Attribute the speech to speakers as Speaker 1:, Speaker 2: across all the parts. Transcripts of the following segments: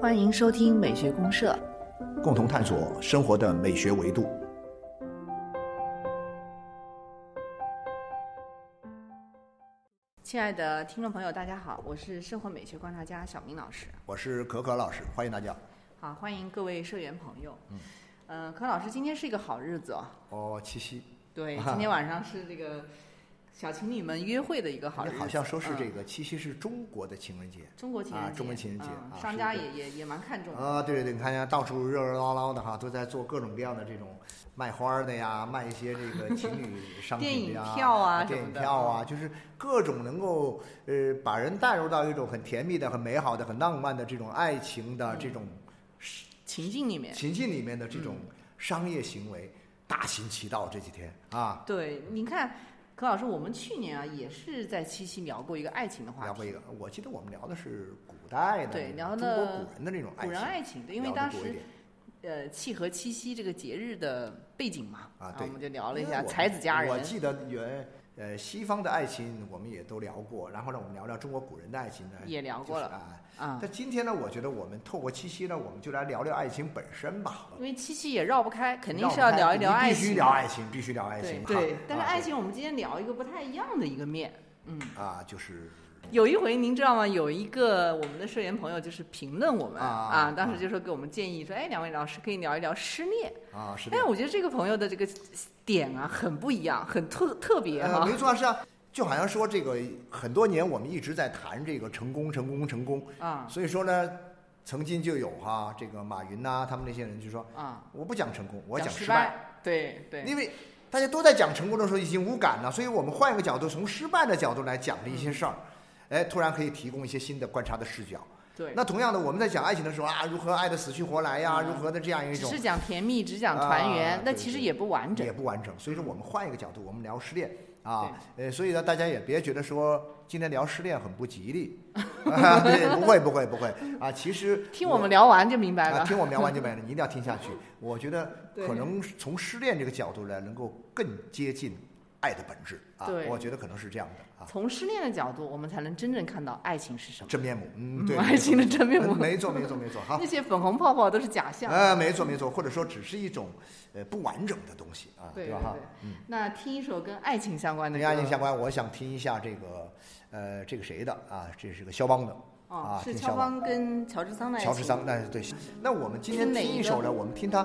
Speaker 1: 欢迎收听美学公社，
Speaker 2: 共同探索生活的美学维度。
Speaker 1: 亲爱的听众朋友，大家好，我是生活美学观察家小明老师。
Speaker 2: 我是可可老师，欢迎大家。
Speaker 1: 好，欢迎各位社员朋友。嗯，呃，柯老师，今天是一个好日子哦。
Speaker 2: 哦，七夕，
Speaker 1: 对，今天晚上是这个小情侣们约会的一个好日子。
Speaker 2: 好像说是这
Speaker 1: 嗯
Speaker 2: 个七夕是中国的情人节。
Speaker 1: 中国情人
Speaker 2: 啊
Speaker 1: 节，
Speaker 2: 中国情人节
Speaker 1: 嗯
Speaker 2: 啊
Speaker 1: 商
Speaker 2: 是
Speaker 1: 家
Speaker 2: 一个
Speaker 1: 也也也蛮看重的。
Speaker 2: 啊，对对对，你看呀，到处热热闹闹的哈，都在做各种各样的这种卖花儿的呀，卖一些这个情侣商品的呀，
Speaker 1: 电影票啊
Speaker 2: 电
Speaker 1: 什
Speaker 2: 影
Speaker 1: 么的
Speaker 2: 票啊，就是各种能够呃把人带入到一种很甜蜜的、很美好的、很浪漫的这种爱情的这种
Speaker 1: 嗯情境里面，
Speaker 2: 情境里面的这种商业行为，大行其道这几天啊，
Speaker 1: 对，你看，柯老师，我们去年啊也是在七夕聊过一个爱情的话题，
Speaker 2: 聊过一个，我记得我们聊的是古代的
Speaker 1: 对
Speaker 2: 那
Speaker 1: 聊
Speaker 2: 种中国
Speaker 1: 的
Speaker 2: 古人的那种爱
Speaker 1: 古
Speaker 2: 情，
Speaker 1: 人爱情，对，因为
Speaker 2: 聊得
Speaker 1: 当
Speaker 2: 多一
Speaker 1: 时
Speaker 2: 点
Speaker 1: 呃契合七夕这个节日的背景嘛，
Speaker 2: 啊对
Speaker 1: 我们就聊了一
Speaker 2: 因为
Speaker 1: 下
Speaker 2: 我
Speaker 1: 才子佳人，
Speaker 2: 我记得原呃西方的爱情我们也都聊过，然后呢，我们聊聊中国古人的爱情呢，
Speaker 1: 也聊过了
Speaker 2: 就是、啊。
Speaker 1: 啊，
Speaker 2: 但今天呢，我觉得我们透过七夕呢，我们就来聊聊爱情本身吧。
Speaker 1: 因为七夕也绕不开，肯定
Speaker 2: 绕
Speaker 1: 是
Speaker 2: 不
Speaker 1: 要
Speaker 2: 开
Speaker 1: 聊一
Speaker 2: 你
Speaker 1: 聊爱
Speaker 2: 必
Speaker 1: 情，
Speaker 2: 须聊爱情，必须聊爱
Speaker 1: 对
Speaker 2: 情。
Speaker 1: 对
Speaker 2: 哈。
Speaker 1: 但是
Speaker 2: 啊
Speaker 1: 爱情，我们今天聊一个不太一样的一个面，嗯。
Speaker 2: 啊，就是
Speaker 1: 有一回您知道吗？有一个我们的社员朋友就是评论我们
Speaker 2: 啊
Speaker 1: 啊，当时
Speaker 2: 啊
Speaker 1: 就说给我们建议说，哎，两位老师可以聊一聊失恋。哎
Speaker 2: 啊，是的
Speaker 1: 但。我觉得这个朋友的这个点啊，很不一样，很特特别
Speaker 2: 呃，
Speaker 1: 哈
Speaker 2: 没。错，是啊，就好像说这个很多年我们一直在谈这个成功，成功，成功。
Speaker 1: 啊
Speaker 2: 所以说呢，曾经就有哈、这个马云呐、他们那些人就说，
Speaker 1: 啊，
Speaker 2: 我不讲成功，我
Speaker 1: 讲
Speaker 2: 失败。
Speaker 1: 败，对对，
Speaker 2: 因为大家都在讲成功的时候已经无感了，所以我们换一个角度，从失败的角度来讲的一些事儿，哎，突然可以提供一些新的观察的视角。
Speaker 1: 嗯对，
Speaker 2: 那同样的，我们在讲爱情的时候啊，如何爱的死去活来呀，
Speaker 1: 嗯
Speaker 2: 如何的这样一
Speaker 1: 只
Speaker 2: 种
Speaker 1: 是讲甜蜜，只讲团圆
Speaker 2: 啊，
Speaker 1: 那
Speaker 2: 对
Speaker 1: 其实
Speaker 2: 对
Speaker 1: 也不完整
Speaker 2: 也。不完整。所以说，我们换一个角度，我们聊失恋啊，呃，所以呢，大家也别觉得说今天聊失恋很不 吉利，啊、对，不会不会不会啊，其实
Speaker 1: 听我们聊完就明白
Speaker 2: 啊，
Speaker 1: 了。
Speaker 2: 听我们聊完就没了，你一定要 听下去。我觉得
Speaker 1: 对
Speaker 2: 可能从失恋这个角度来，能够更接近爱的本质啊
Speaker 1: 对。
Speaker 2: 我觉得可能是这样的啊，
Speaker 1: 从失恋的角度，我们才能真正看到爱情是什么，
Speaker 2: 真面目。嗯，对，
Speaker 1: 嗯爱
Speaker 2: 没错
Speaker 1: 情的真面目
Speaker 2: 嗯没错，没错，没错。 好
Speaker 1: 那，些粉红泡泡都是假象。
Speaker 2: 呃，没错，没错，或者说只是一种呃不完整的东西啊，
Speaker 1: 对
Speaker 2: 吧？
Speaker 1: 对
Speaker 2: 哈哎
Speaker 1: 对，
Speaker 2: 嗯。
Speaker 1: 那听一首跟爱情相关的
Speaker 2: 跟
Speaker 1: 歌，
Speaker 2: 爱情相关，我想听一下这个，呃，这个谁的啊？这是个肖邦的，
Speaker 1: 哦
Speaker 2: 啊，
Speaker 1: 是
Speaker 2: 听
Speaker 1: 乔
Speaker 2: 肖邦
Speaker 1: 邦跟乔治桑的爱情。
Speaker 2: 乔治桑。那对，那我们今天
Speaker 1: 听哪
Speaker 2: 听一
Speaker 1: 个
Speaker 2: 首呢，我们听他，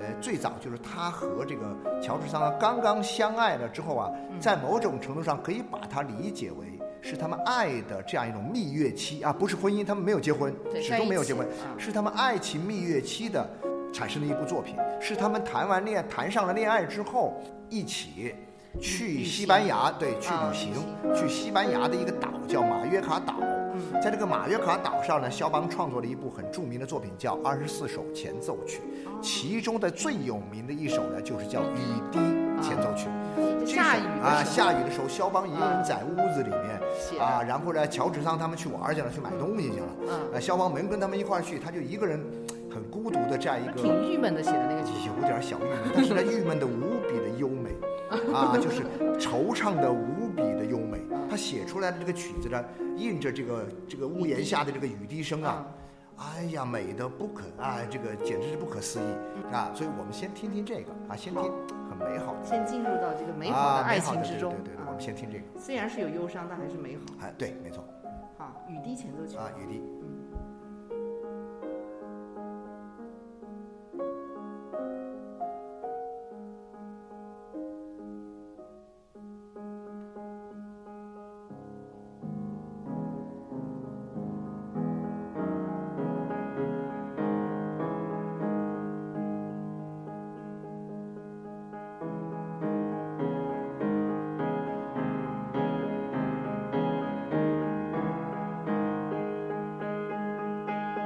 Speaker 2: 呃，最早就是他和这个乔治桑啊刚刚相爱了之后啊，
Speaker 1: 嗯
Speaker 2: 在某种程度上可以把它理解为是他们爱的这样一种蜜月期啊，不是婚姻，他们没有结婚，
Speaker 1: 对
Speaker 2: 始
Speaker 1: 在
Speaker 2: 终
Speaker 1: 一
Speaker 2: 没有
Speaker 1: 起
Speaker 2: 结婚，
Speaker 1: 啊
Speaker 2: 是他们爱情蜜月期的产生的一部作品，是他们谈完恋爱谈上了恋爱之后一起。去
Speaker 1: 旅
Speaker 2: 西
Speaker 1: 行
Speaker 2: 班牙，对，去
Speaker 1: 啊
Speaker 2: 旅
Speaker 1: 旅
Speaker 2: 行
Speaker 1: 行，
Speaker 2: 去西班牙的一个岛叫马约卡岛。
Speaker 1: 嗯
Speaker 2: 在这个马约卡岛上呢，肖邦创作了一部很著名的作品，叫《二十四首前奏曲》，
Speaker 1: 哦
Speaker 2: 其中的最有名的一首呢，就是叫《雨滴前奏曲》。这首
Speaker 1: 啊下雨的时候嗯
Speaker 2: 啊，下雨的时候，肖邦一个人在屋子里面
Speaker 1: 写
Speaker 2: 啊，
Speaker 1: 的。
Speaker 2: 然后呢，乔治桑他们去玩儿去了，去买东西去了。
Speaker 1: 嗯
Speaker 2: 呃，肖邦没跟他们一块儿去，他就一个人很孤独的这样一个
Speaker 1: 挺郁闷的，写的那个曲子。
Speaker 2: 有点小郁闷，但是呢，郁闷的无比的优美，啊，就是惆怅的无比的优美。他写出来的这个曲子呢，印着这个这个屋檐下的这个雨滴声啊，
Speaker 1: 嗯
Speaker 2: 哎呀，美的不可啊，这个简直是不可思议啊！所以我们先听听这个啊，先听很美好的
Speaker 1: 先进入到这个美好
Speaker 2: 啊
Speaker 1: 的爱
Speaker 2: 美
Speaker 1: 情
Speaker 2: 好
Speaker 1: 之中
Speaker 2: 对对对，对我
Speaker 1: 啊
Speaker 2: 们，先听这个，
Speaker 1: 虽然是有忧伤，但还是美好。
Speaker 2: 哎，对，没错
Speaker 1: 好，雨滴前奏曲
Speaker 2: 啊，雨滴。
Speaker 3: 雨滴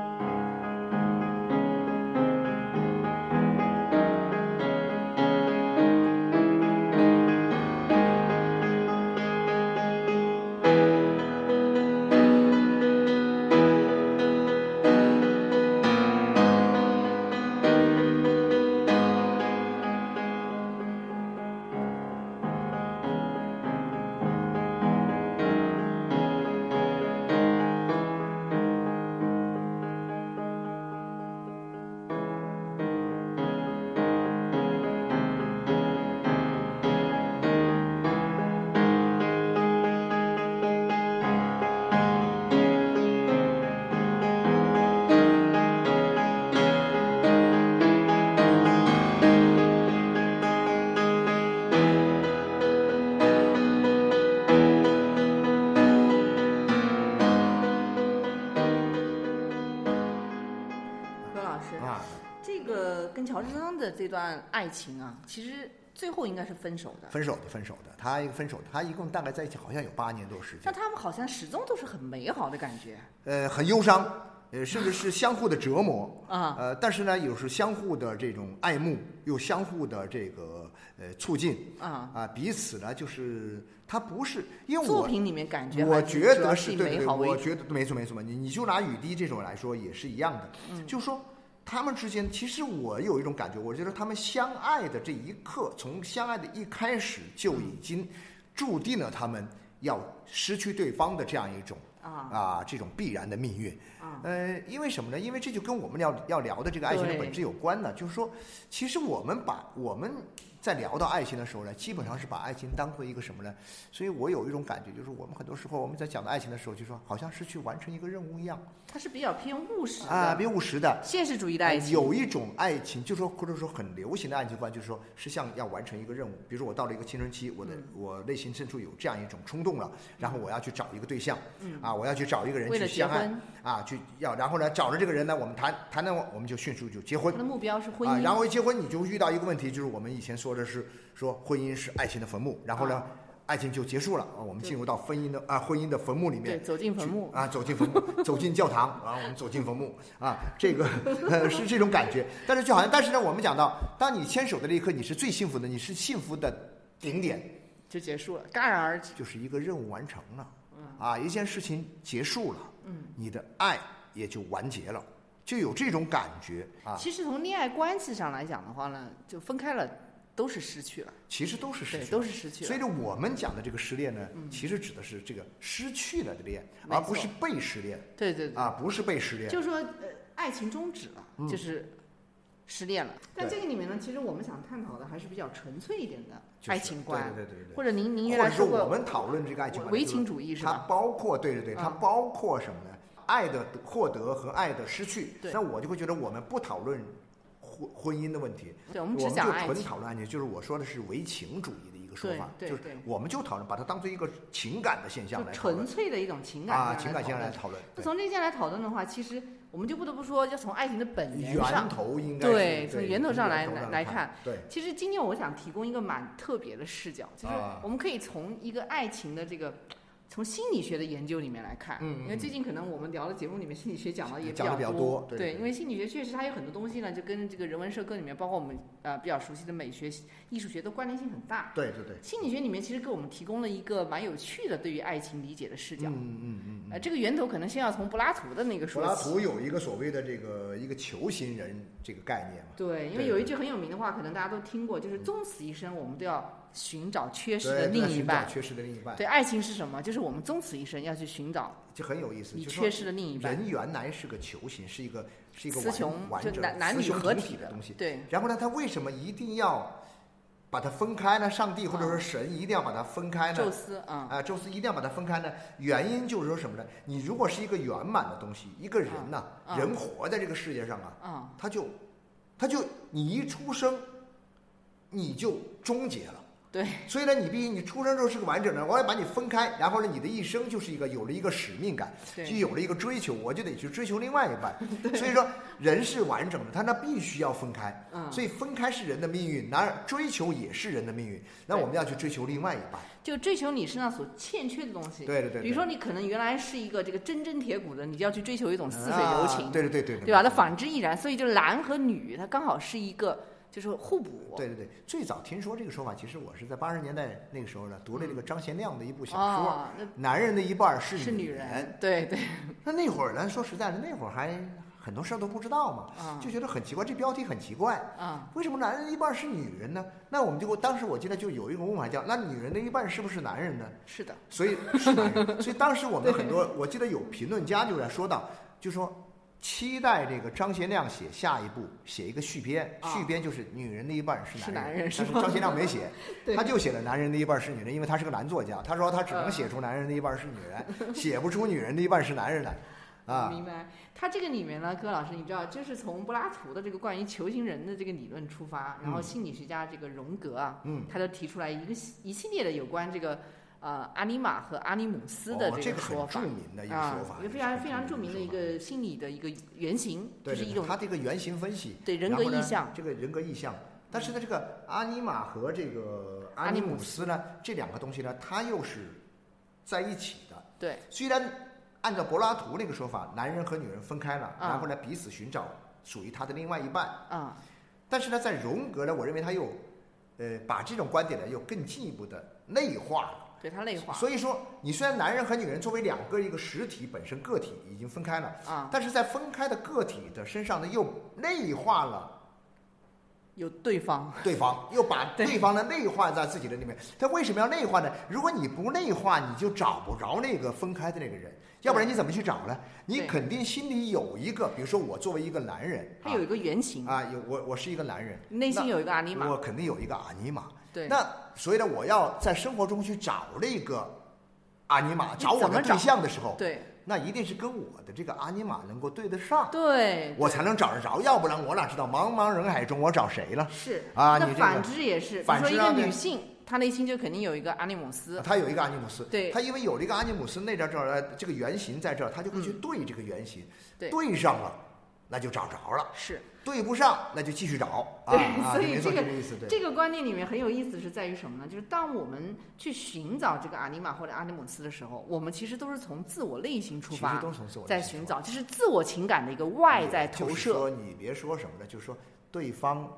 Speaker 2: 啊
Speaker 1: 的这段爱情啊，其实最后应该是分手的。
Speaker 2: 分手的，分手的，他一个分手的，他一共大概在一起好像有八年多时
Speaker 1: 但
Speaker 2: 间，
Speaker 1: 他们好像始终都是很美好的感觉
Speaker 2: 呃，很忧伤，呃，甚至是相互的折磨，
Speaker 1: 啊，
Speaker 2: 呃，但是呢，有时相互的这种爱慕，又相互的这个呃促进，
Speaker 1: 啊。
Speaker 2: 啊，彼此呢就是他不是因为
Speaker 1: 作
Speaker 2: 我
Speaker 1: 品里面感觉
Speaker 2: 我
Speaker 1: 还
Speaker 2: 觉
Speaker 1: 主要
Speaker 2: 得
Speaker 1: 是以
Speaker 2: 是对对
Speaker 1: 美
Speaker 2: 对，
Speaker 1: 好为
Speaker 2: 我
Speaker 1: 主
Speaker 2: 觉得没错没错嘛。你你就拿雨滴这种来说也是一样的，
Speaker 1: 嗯
Speaker 2: 就是说他们之间，其实我有一种感觉，我觉得他们相爱的这一刻，从相爱的一开始就
Speaker 1: 嗯
Speaker 2: 已经注定了他们要失去对方的这样一种
Speaker 1: 啊
Speaker 2: 啊这种必然的命运。
Speaker 1: 啊
Speaker 2: 呃，因为什么呢？因为这就跟我们要要聊的这个爱情的
Speaker 1: 对
Speaker 2: 本质有关呢。就是说，其实我们把我们在聊到爱情的时候呢，基本上是把爱情当做一个什么呢？所以我有一种感觉，就是我们很多时候我们在讲到爱情的时候，就说好像是去完成一个任务一样
Speaker 1: 它是比较偏务实的、
Speaker 2: 啊，别务实的。
Speaker 1: 现实主义的爱情。
Speaker 2: 哎有一种爱情，就说或者说很流行的爱情观，就是说是像要完成一个任务。比如说我到了一个青春期，我的、
Speaker 1: 嗯
Speaker 2: 我内心深处有这样一种冲动了，然后我要去找一个对象，
Speaker 1: 嗯
Speaker 2: 啊，我要去找一个人
Speaker 1: 为了
Speaker 2: 去
Speaker 1: 结
Speaker 2: 相爱，
Speaker 1: 婚，
Speaker 2: 啊，去要，然后呢，找着这个人呢，我们谈谈谈，我们就迅速就结婚
Speaker 1: 他的目标是婚
Speaker 2: 啊，
Speaker 1: 姻。
Speaker 2: 然后一结婚你就遇到一个问题，就是我们以前说的是说婚姻是爱情的坟墓，然后
Speaker 1: 啊
Speaker 2: 呢，爱情就结束了啊，我们进入到婚姻的啊婚姻的坟墓里
Speaker 1: 对，
Speaker 2: 面。
Speaker 1: 走进坟
Speaker 2: 去
Speaker 1: 墓。
Speaker 2: 啊，走进坟墓， 走进教堂，啊，我们走进坟墓啊，这个呃是这种感觉。但是就好像，但是呢，我们讲到，当你牵手的那一刻，你是最幸福的，你是幸福的顶点，
Speaker 1: 就结束了，戛然而止。
Speaker 2: 就是一个任务完成了
Speaker 1: 嗯，
Speaker 2: 啊，一件事情结束了，
Speaker 1: 嗯，
Speaker 2: 你的爱也就完结了，就有这种感觉啊。
Speaker 1: 其实从恋爱关系上来讲的话呢，就分开了都是失去了，
Speaker 2: 其实都是失
Speaker 1: 对，
Speaker 2: 去
Speaker 1: 都
Speaker 2: 了，
Speaker 1: 是失去
Speaker 2: 所以
Speaker 1: 了。嗯
Speaker 2: 呢，我们讲的这个失恋呢，其实指的是这个失去了的恋，
Speaker 1: 没错
Speaker 2: 而不是被失恋
Speaker 1: 对对对，
Speaker 2: 啊，不是被失恋。
Speaker 1: 就说呃，爱情终止了，
Speaker 2: 嗯
Speaker 1: 就是失恋了。但这个里面呢，其实我们想探讨的还是比较纯粹一点的
Speaker 2: 就是
Speaker 1: 爱情观，
Speaker 2: 对对对对
Speaker 1: 或者您您
Speaker 2: 对，
Speaker 1: 原
Speaker 2: 或
Speaker 1: 来
Speaker 2: 者说
Speaker 1: 说
Speaker 2: 我
Speaker 1: 过
Speaker 2: 们讨论这个爱情观，
Speaker 1: 唯情主义是
Speaker 2: 它
Speaker 1: 吧？
Speaker 2: 包括对对对，它
Speaker 1: 嗯
Speaker 2: 包括什么呢？爱的获得和爱的失去。
Speaker 1: 对
Speaker 2: 那我就会觉得我们不讨论婚婚姻的问题，
Speaker 1: 对，我
Speaker 2: 我
Speaker 1: 们只讲
Speaker 2: 就
Speaker 1: 爱
Speaker 2: 纯
Speaker 1: 情。
Speaker 2: 讨论爱情，就是我说的是唯情主义的一个说
Speaker 1: 对
Speaker 2: 法，
Speaker 1: 对
Speaker 2: 就是
Speaker 1: 对
Speaker 2: 我们就讨论把它当做一个情感的现象
Speaker 1: 就
Speaker 2: 来讨
Speaker 1: 纯
Speaker 2: 论
Speaker 1: 粹的一种情感
Speaker 2: 啊，
Speaker 1: 上
Speaker 2: 情感现象
Speaker 1: 讨
Speaker 2: 来
Speaker 1: 论
Speaker 2: 讨论，
Speaker 1: 那
Speaker 2: 对
Speaker 1: 从这些来讨论的话，其实我们就不得不说，要从爱情的本源上
Speaker 2: 源头应该是
Speaker 1: 对从源头上来
Speaker 2: 从源
Speaker 1: 来来
Speaker 2: 看，对
Speaker 1: 其实今天我想提供一个蛮特别的视角，就是
Speaker 2: 啊
Speaker 1: 我们可以从一个爱情的这个从心理学的研究里面来看，
Speaker 2: 嗯嗯
Speaker 1: 因为最近可能我们聊的节目里面心理学讲的也
Speaker 2: 讲得比较
Speaker 1: 多
Speaker 2: 多，对对
Speaker 1: 因为心理学确实它有很多东西呢，就跟这个人文社科里面，包括我们呃比较熟悉的美学、艺术学的关联性很大。
Speaker 2: 对对对，
Speaker 1: 心理学里面其实给我们提供了一个蛮有趣的对于爱情理解的视角，
Speaker 2: 嗯嗯嗯嗯。
Speaker 1: 呃，这个源头可能先要从柏拉图的那个
Speaker 2: 柏
Speaker 1: 说
Speaker 2: 拉
Speaker 1: 起。
Speaker 2: 图有一个所谓的这个一个球形人这个概念嘛，
Speaker 1: 对，因为
Speaker 2: 对
Speaker 1: 有一句很有名的话，可能大家都听过，就是终此一生，我们都要寻找缺失的
Speaker 2: 嗯对，
Speaker 1: 另
Speaker 2: 在
Speaker 1: 一
Speaker 2: 寻找
Speaker 1: 半。
Speaker 2: 缺失的另一半，
Speaker 1: 对，爱情是什么？就是我们终此一生要去寻找
Speaker 2: 就很有意思，
Speaker 1: 你
Speaker 2: 就
Speaker 1: 缺
Speaker 2: 说
Speaker 1: 失的另一半。
Speaker 2: 人原来是个球形，是一个是一个
Speaker 1: 雌雄
Speaker 2: 完完
Speaker 1: 就
Speaker 2: 整
Speaker 1: 男男
Speaker 2: 雌
Speaker 1: 女
Speaker 2: 雄
Speaker 1: 合
Speaker 2: 同
Speaker 1: 体
Speaker 2: 的东西，
Speaker 1: 对，
Speaker 2: 然后呢，他为什么一定要把它分开呢？上帝或者说神一定要把它分开
Speaker 1: 嗯宙
Speaker 2: 呢？
Speaker 1: 斯啊，
Speaker 2: 啊，宙斯一定要把它分开呢？原因就是说什么呢？你如果是一个圆满的东西，一个人呐、
Speaker 1: 啊啊
Speaker 2: 人活在这个世界上啊，
Speaker 1: 啊，
Speaker 2: 他就，他就你一出生，你就终结了。
Speaker 1: 对，
Speaker 2: 所以呢，你必须你出生之后是个完整的，我要把你分开，然后呢，你的一生就是一个有了一个使命感，
Speaker 1: 对
Speaker 2: 就有了一个追求，我就得去追求另外一 半。所以说，人是完整的，他那必须要分开。
Speaker 1: 嗯
Speaker 2: 所以分开是人的命运，然而追求也是人的命运。那
Speaker 1: 对
Speaker 2: 我们要去追求另外一半。
Speaker 1: 就追求你身上所欠缺的东西。
Speaker 2: 对对对对
Speaker 1: 比如说，你可能原来是一个这个真针铁骨的，你就要去追求一种似水流
Speaker 2: 啊
Speaker 1: 情，
Speaker 2: 对对对对，
Speaker 1: 对吧？那反之亦然。所以，就男和女，它刚好是一个就是互补。
Speaker 2: 对对对，最早听说这个说法，其实我是在八十年代那个时候呢，读了这个张贤亮的一部小说，
Speaker 1: 啊，那
Speaker 2: 男人的一半是
Speaker 1: 嗯是女
Speaker 2: 人。
Speaker 1: 人，对对
Speaker 2: 那那会儿呢，说实在的，那会儿还很多事儿都不知道嘛，
Speaker 1: 啊
Speaker 2: 就觉得很奇怪，这标题很奇怪。
Speaker 1: 啊，
Speaker 2: 为什么男人的一半是女人呢？那我们就当时我记得就有一个问法叫，那女人的一半是不是男人呢？
Speaker 1: 是的，
Speaker 2: 所以是男人，所以当时我们很多，我记得有评论家就在说到，就说期待这个张贤亮写下一部，写一个续篇，
Speaker 1: 啊
Speaker 2: 续篇就是女人的一半是
Speaker 1: 是
Speaker 2: 男
Speaker 1: 男人是
Speaker 2: 但是
Speaker 1: 吗
Speaker 2: 张贤亮没写
Speaker 1: 对，嗯
Speaker 2: 他就写了男人的一半是女人，因为他是个男作家，他说他只能写出男人的一半是女人，写不出女人的一半是男人来，啊，
Speaker 1: 明白。他这个里面呢，柯老师，你知道，就是从柏拉图的这个关于球形人的这个理论出发，然后
Speaker 2: 嗯
Speaker 1: 心理学家这个荣格啊，
Speaker 2: 嗯
Speaker 1: 他就提出来一个系一系列的有关这个呃阿尼玛和阿尼姆斯的
Speaker 2: 哦
Speaker 1: 这
Speaker 2: 这个
Speaker 1: 说
Speaker 2: 很
Speaker 1: 法
Speaker 2: 著。名的一个
Speaker 1: 啊
Speaker 2: 说法，，
Speaker 1: 一个非常非常著
Speaker 2: 著
Speaker 1: 名的一个心理的一个原型，
Speaker 2: 对
Speaker 1: 就是
Speaker 2: 对
Speaker 1: 一
Speaker 2: 对，
Speaker 1: 种
Speaker 2: 他这个原型分析，
Speaker 1: 对人
Speaker 2: 然
Speaker 1: 格
Speaker 2: 后呢
Speaker 1: 意向，
Speaker 2: 这个人格意向。但是呢，这个阿尼玛和这个
Speaker 1: 阿
Speaker 2: 阿
Speaker 1: 尼
Speaker 2: 尼
Speaker 1: 姆
Speaker 2: 姆斯呢，这两个东西呢，它又是在一起的。
Speaker 1: 对，
Speaker 2: 虽然按照柏拉图那个说法，男人和女人分开了，
Speaker 1: 啊
Speaker 2: 然后呢彼此寻找属于他的另外一半，
Speaker 1: 啊，
Speaker 2: 但是呢，在荣格呢，我认为他又呃把这种观点呢又更进一步的内化了。
Speaker 1: 对他内化
Speaker 2: 所以说，你虽然男人和女人作为两个一个实体本身个体已经分开了，
Speaker 1: 啊，
Speaker 2: 但是在分开的个体的身上呢，又内化了
Speaker 1: 有对方，
Speaker 2: 对方，又把
Speaker 1: 对
Speaker 2: 对方呢内化在自己的里面。他为什么要内化呢？如果你不内化，你就找不着那个分开的那个人，要不然你怎么去找呢？你
Speaker 1: 对
Speaker 2: 肯定心里有一个，比如说我作为一个男人，
Speaker 1: 他有一个原型，
Speaker 2: 啊啊，有我我是一个男人，
Speaker 1: 内心
Speaker 2: 那
Speaker 1: 有一个阿尼玛，
Speaker 2: 我肯定有一个阿尼玛。
Speaker 1: 对，
Speaker 2: 那所以呢，我要在生活中去找那个阿尼玛，
Speaker 1: 你
Speaker 2: 找我
Speaker 1: 怎么
Speaker 2: 的
Speaker 1: 找
Speaker 2: 对象的时候，
Speaker 1: 对
Speaker 2: 那一定是跟我的这个阿尼玛能够对得上，
Speaker 1: 对
Speaker 2: 我才能找得着，要不然我哪知道茫茫人海中我找谁了？
Speaker 1: 是
Speaker 2: 啊
Speaker 1: 那
Speaker 2: 你这个
Speaker 1: 反之也是，比如
Speaker 2: 反
Speaker 1: 说一
Speaker 2: 之啊
Speaker 1: 个
Speaker 2: 对
Speaker 1: 女性，她内心就肯定有一个阿尼姆斯，
Speaker 2: 他有一个阿尼姆斯，
Speaker 1: 对
Speaker 2: 他因为有了一个阿尼姆斯那张这儿呃这个原型在这儿，他就可以去对这个原型，
Speaker 1: 嗯对
Speaker 2: 对上了，那就找着了，
Speaker 1: 是
Speaker 2: 对不上那就继续找 啊
Speaker 1: 对
Speaker 2: 啊，
Speaker 1: 所以
Speaker 2: 没错，
Speaker 1: 这个
Speaker 2: 这个意思，对。
Speaker 1: 这个观念里面很有意思，是在于什么呢？就是当我们去寻找这个阿尼玛或者阿尼姆斯的时候，我们其实都是从自我内心出
Speaker 2: 其实
Speaker 1: 发，
Speaker 2: 都是从自我内
Speaker 1: 在
Speaker 2: 心
Speaker 1: 寻
Speaker 2: 出
Speaker 1: 找，就是自我情感的一个外在
Speaker 2: 就
Speaker 1: 投
Speaker 2: 是
Speaker 1: 射。
Speaker 2: 说你别说什么呢，就是说对方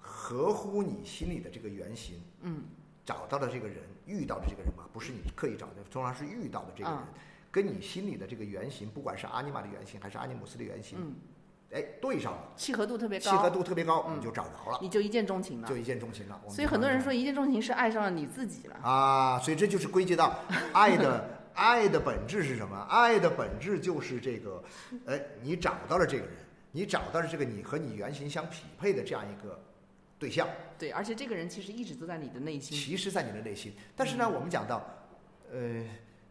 Speaker 2: 合乎你心里的这个原型，
Speaker 1: 嗯，
Speaker 2: 找到的这个人，遇到的这个人嘛，不是你刻意找的，通常是遇到的这个人，
Speaker 1: 嗯
Speaker 2: 跟你心里的这个原型，不管是阿尼玛的原型还是阿尼姆斯的原型，
Speaker 1: 嗯，
Speaker 2: 哎，对上了，
Speaker 1: 契合度特别
Speaker 2: 契
Speaker 1: 高，
Speaker 2: 合度特别高，
Speaker 1: 嗯
Speaker 2: 你就找着了，
Speaker 1: 你就一见钟情了
Speaker 2: 就。一见钟情了。我们
Speaker 1: 所以很多人
Speaker 2: 就
Speaker 1: 说一见钟情是爱上了你自己了。
Speaker 2: 啊，所以这就是归 结到爱的。爱的本质是什么？爱的本质就是这个，哎，你找到了这个人，你找到了这个你和你原型相匹配的这样一个对象，
Speaker 1: 对，而且这个人其实一直都在你的内心。
Speaker 2: 其实，在你的内心。但是呢，我们讲到，呃，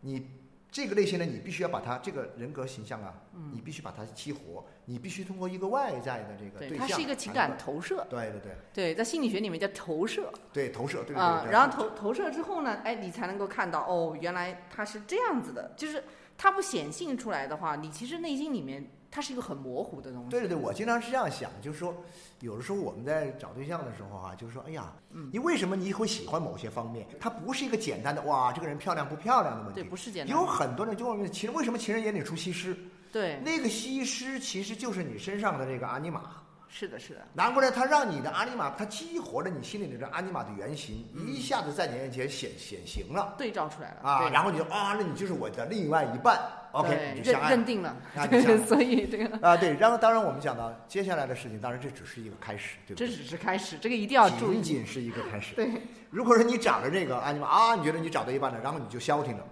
Speaker 2: 你这个内心呢，你必须要把它这个人格形象啊，
Speaker 1: 嗯
Speaker 2: 你必须把它激活，你必须通过一个外在的这个
Speaker 1: 对，
Speaker 2: 对
Speaker 1: 它
Speaker 2: 象，
Speaker 1: 是一个情感，投射。
Speaker 2: 对对对
Speaker 1: 对，在心理学里面叫投射
Speaker 2: 对，投射，对对
Speaker 1: 啊、
Speaker 2: 对。
Speaker 1: 然后投投射之后呢，哎，你才能够看到哦，原来他是这样子的。就是他不显性出来的话，你其实内心里面它是一个很模糊的东西。
Speaker 2: 对对对，我经常是这样想，就是说，有的时候我们在找对象的时候啊，就是说，哎呀，
Speaker 1: 嗯
Speaker 2: 你为什么你会喜欢某些方面？它不是一个简单的哇，这个人漂亮不漂亮的问
Speaker 1: 对，
Speaker 2: 题。
Speaker 1: 不是简单
Speaker 2: 有
Speaker 1: 的。
Speaker 2: 很多人就问，情为什么情人眼里出西施？
Speaker 1: 对，
Speaker 2: 那个西施其实就是你身上的这个阿尼玛。
Speaker 1: 是的，是的，
Speaker 2: 难怪呢，他让你的阿尼玛，他激活了你心里的这阿尼玛的原型，一下子在你面前显显形了
Speaker 1: 对照出来了嗯
Speaker 2: 啊！
Speaker 1: 对
Speaker 2: 然后你就啊，那你就是我的另外一半，OK，
Speaker 1: 对
Speaker 2: 你就
Speaker 1: 认
Speaker 2: 相爱
Speaker 1: 认
Speaker 2: 了
Speaker 1: 定了
Speaker 2: 啊，你
Speaker 1: 对，
Speaker 2: 想
Speaker 1: 所以这个
Speaker 2: 啊。对，然后当然我们讲到接下来的事情，当然这只是一个开始，对不
Speaker 1: 这
Speaker 2: 对？
Speaker 1: 只是开始，这个一定要注
Speaker 2: 仅
Speaker 1: 意。
Speaker 2: 仅是一个开 始。
Speaker 1: 对，
Speaker 2: 如果说你找了这个阿尼玛啊，你觉得你找到一半了，然后你就消停了，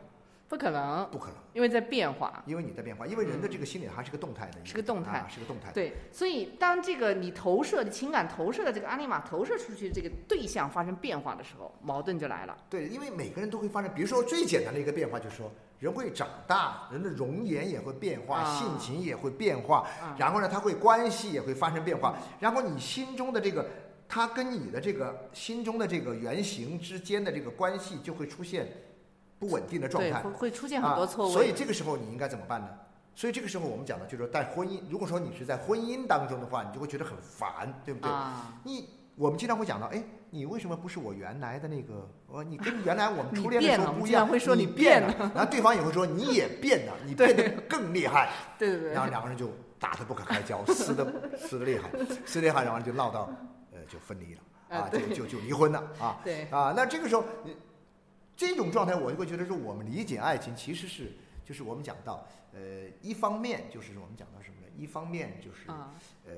Speaker 1: 不可能，
Speaker 2: 不可能，
Speaker 1: 因为在变化。
Speaker 2: 因为你在变化，因为人的这个心理还是个动态的一，
Speaker 1: 是个动态
Speaker 2: 啊是个动态。
Speaker 1: 对，所以当这个你投射的情感投射的这个阿尼玛投射出去的这个对象发生变化的时候，矛盾就来了。
Speaker 2: 对，因为每个人都会发生，比如说最简单的一个变化就是说，人会长大，人的容颜也会变化，
Speaker 1: 啊
Speaker 2: 性情也会变化，
Speaker 1: 啊
Speaker 2: 然后呢，他会关系也会发生变化，然后你心中的这个，他跟你的这个心中的这个原型之间的这个关系就会出现不稳定的状
Speaker 1: 对，
Speaker 2: 态
Speaker 1: 会，会出现很多错
Speaker 2: 啊。
Speaker 1: 位。
Speaker 2: 所以这个时候你应该怎么办呢？所以这个时候我们讲的就是说，在婚姻，如果说你是在婚姻当中的话，你就会觉得很烦，对不对？
Speaker 1: 啊，
Speaker 2: 你我们经常会讲到，哎，你为什么不是我原来的那个？呃，你跟原来我们
Speaker 1: 你
Speaker 2: 初恋的
Speaker 1: 变
Speaker 2: 时
Speaker 1: 了
Speaker 2: 候
Speaker 1: 我们
Speaker 2: 不一
Speaker 1: 经常
Speaker 2: 样，
Speaker 1: 会说
Speaker 2: 你
Speaker 1: 你
Speaker 2: 变
Speaker 1: 变
Speaker 2: 了，然后对方也会说你也变了，你变得更厉害，
Speaker 1: 对 对对
Speaker 2: 然后，两个人就打得不可开交，撕的撕的厉害，撕得厉害，然后就闹到呃就分离了
Speaker 1: 啊
Speaker 2: 啊，就
Speaker 1: 对
Speaker 2: 就就离婚了啊
Speaker 1: 对
Speaker 2: 啊，那这个时候呃这种状态，我就会觉得说，我们理解爱情其实是就是我们讲到呃，一方面就是我们讲到什么呢？一方面就是。
Speaker 1: 啊，
Speaker 2: 呃，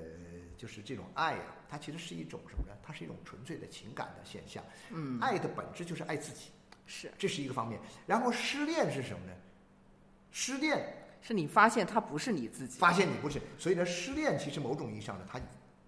Speaker 2: 就是这种爱呀、它其实是一种什么呢？它是一种纯粹的情感的现象。
Speaker 1: 嗯，
Speaker 2: 爱的本质就是爱自己，
Speaker 1: 是
Speaker 2: 这是一个方面。然后失恋是什么呢？失恋
Speaker 1: 是你发现他不是你自己，
Speaker 2: 发现你不是，所以呢，失恋其实某种意义上呢，它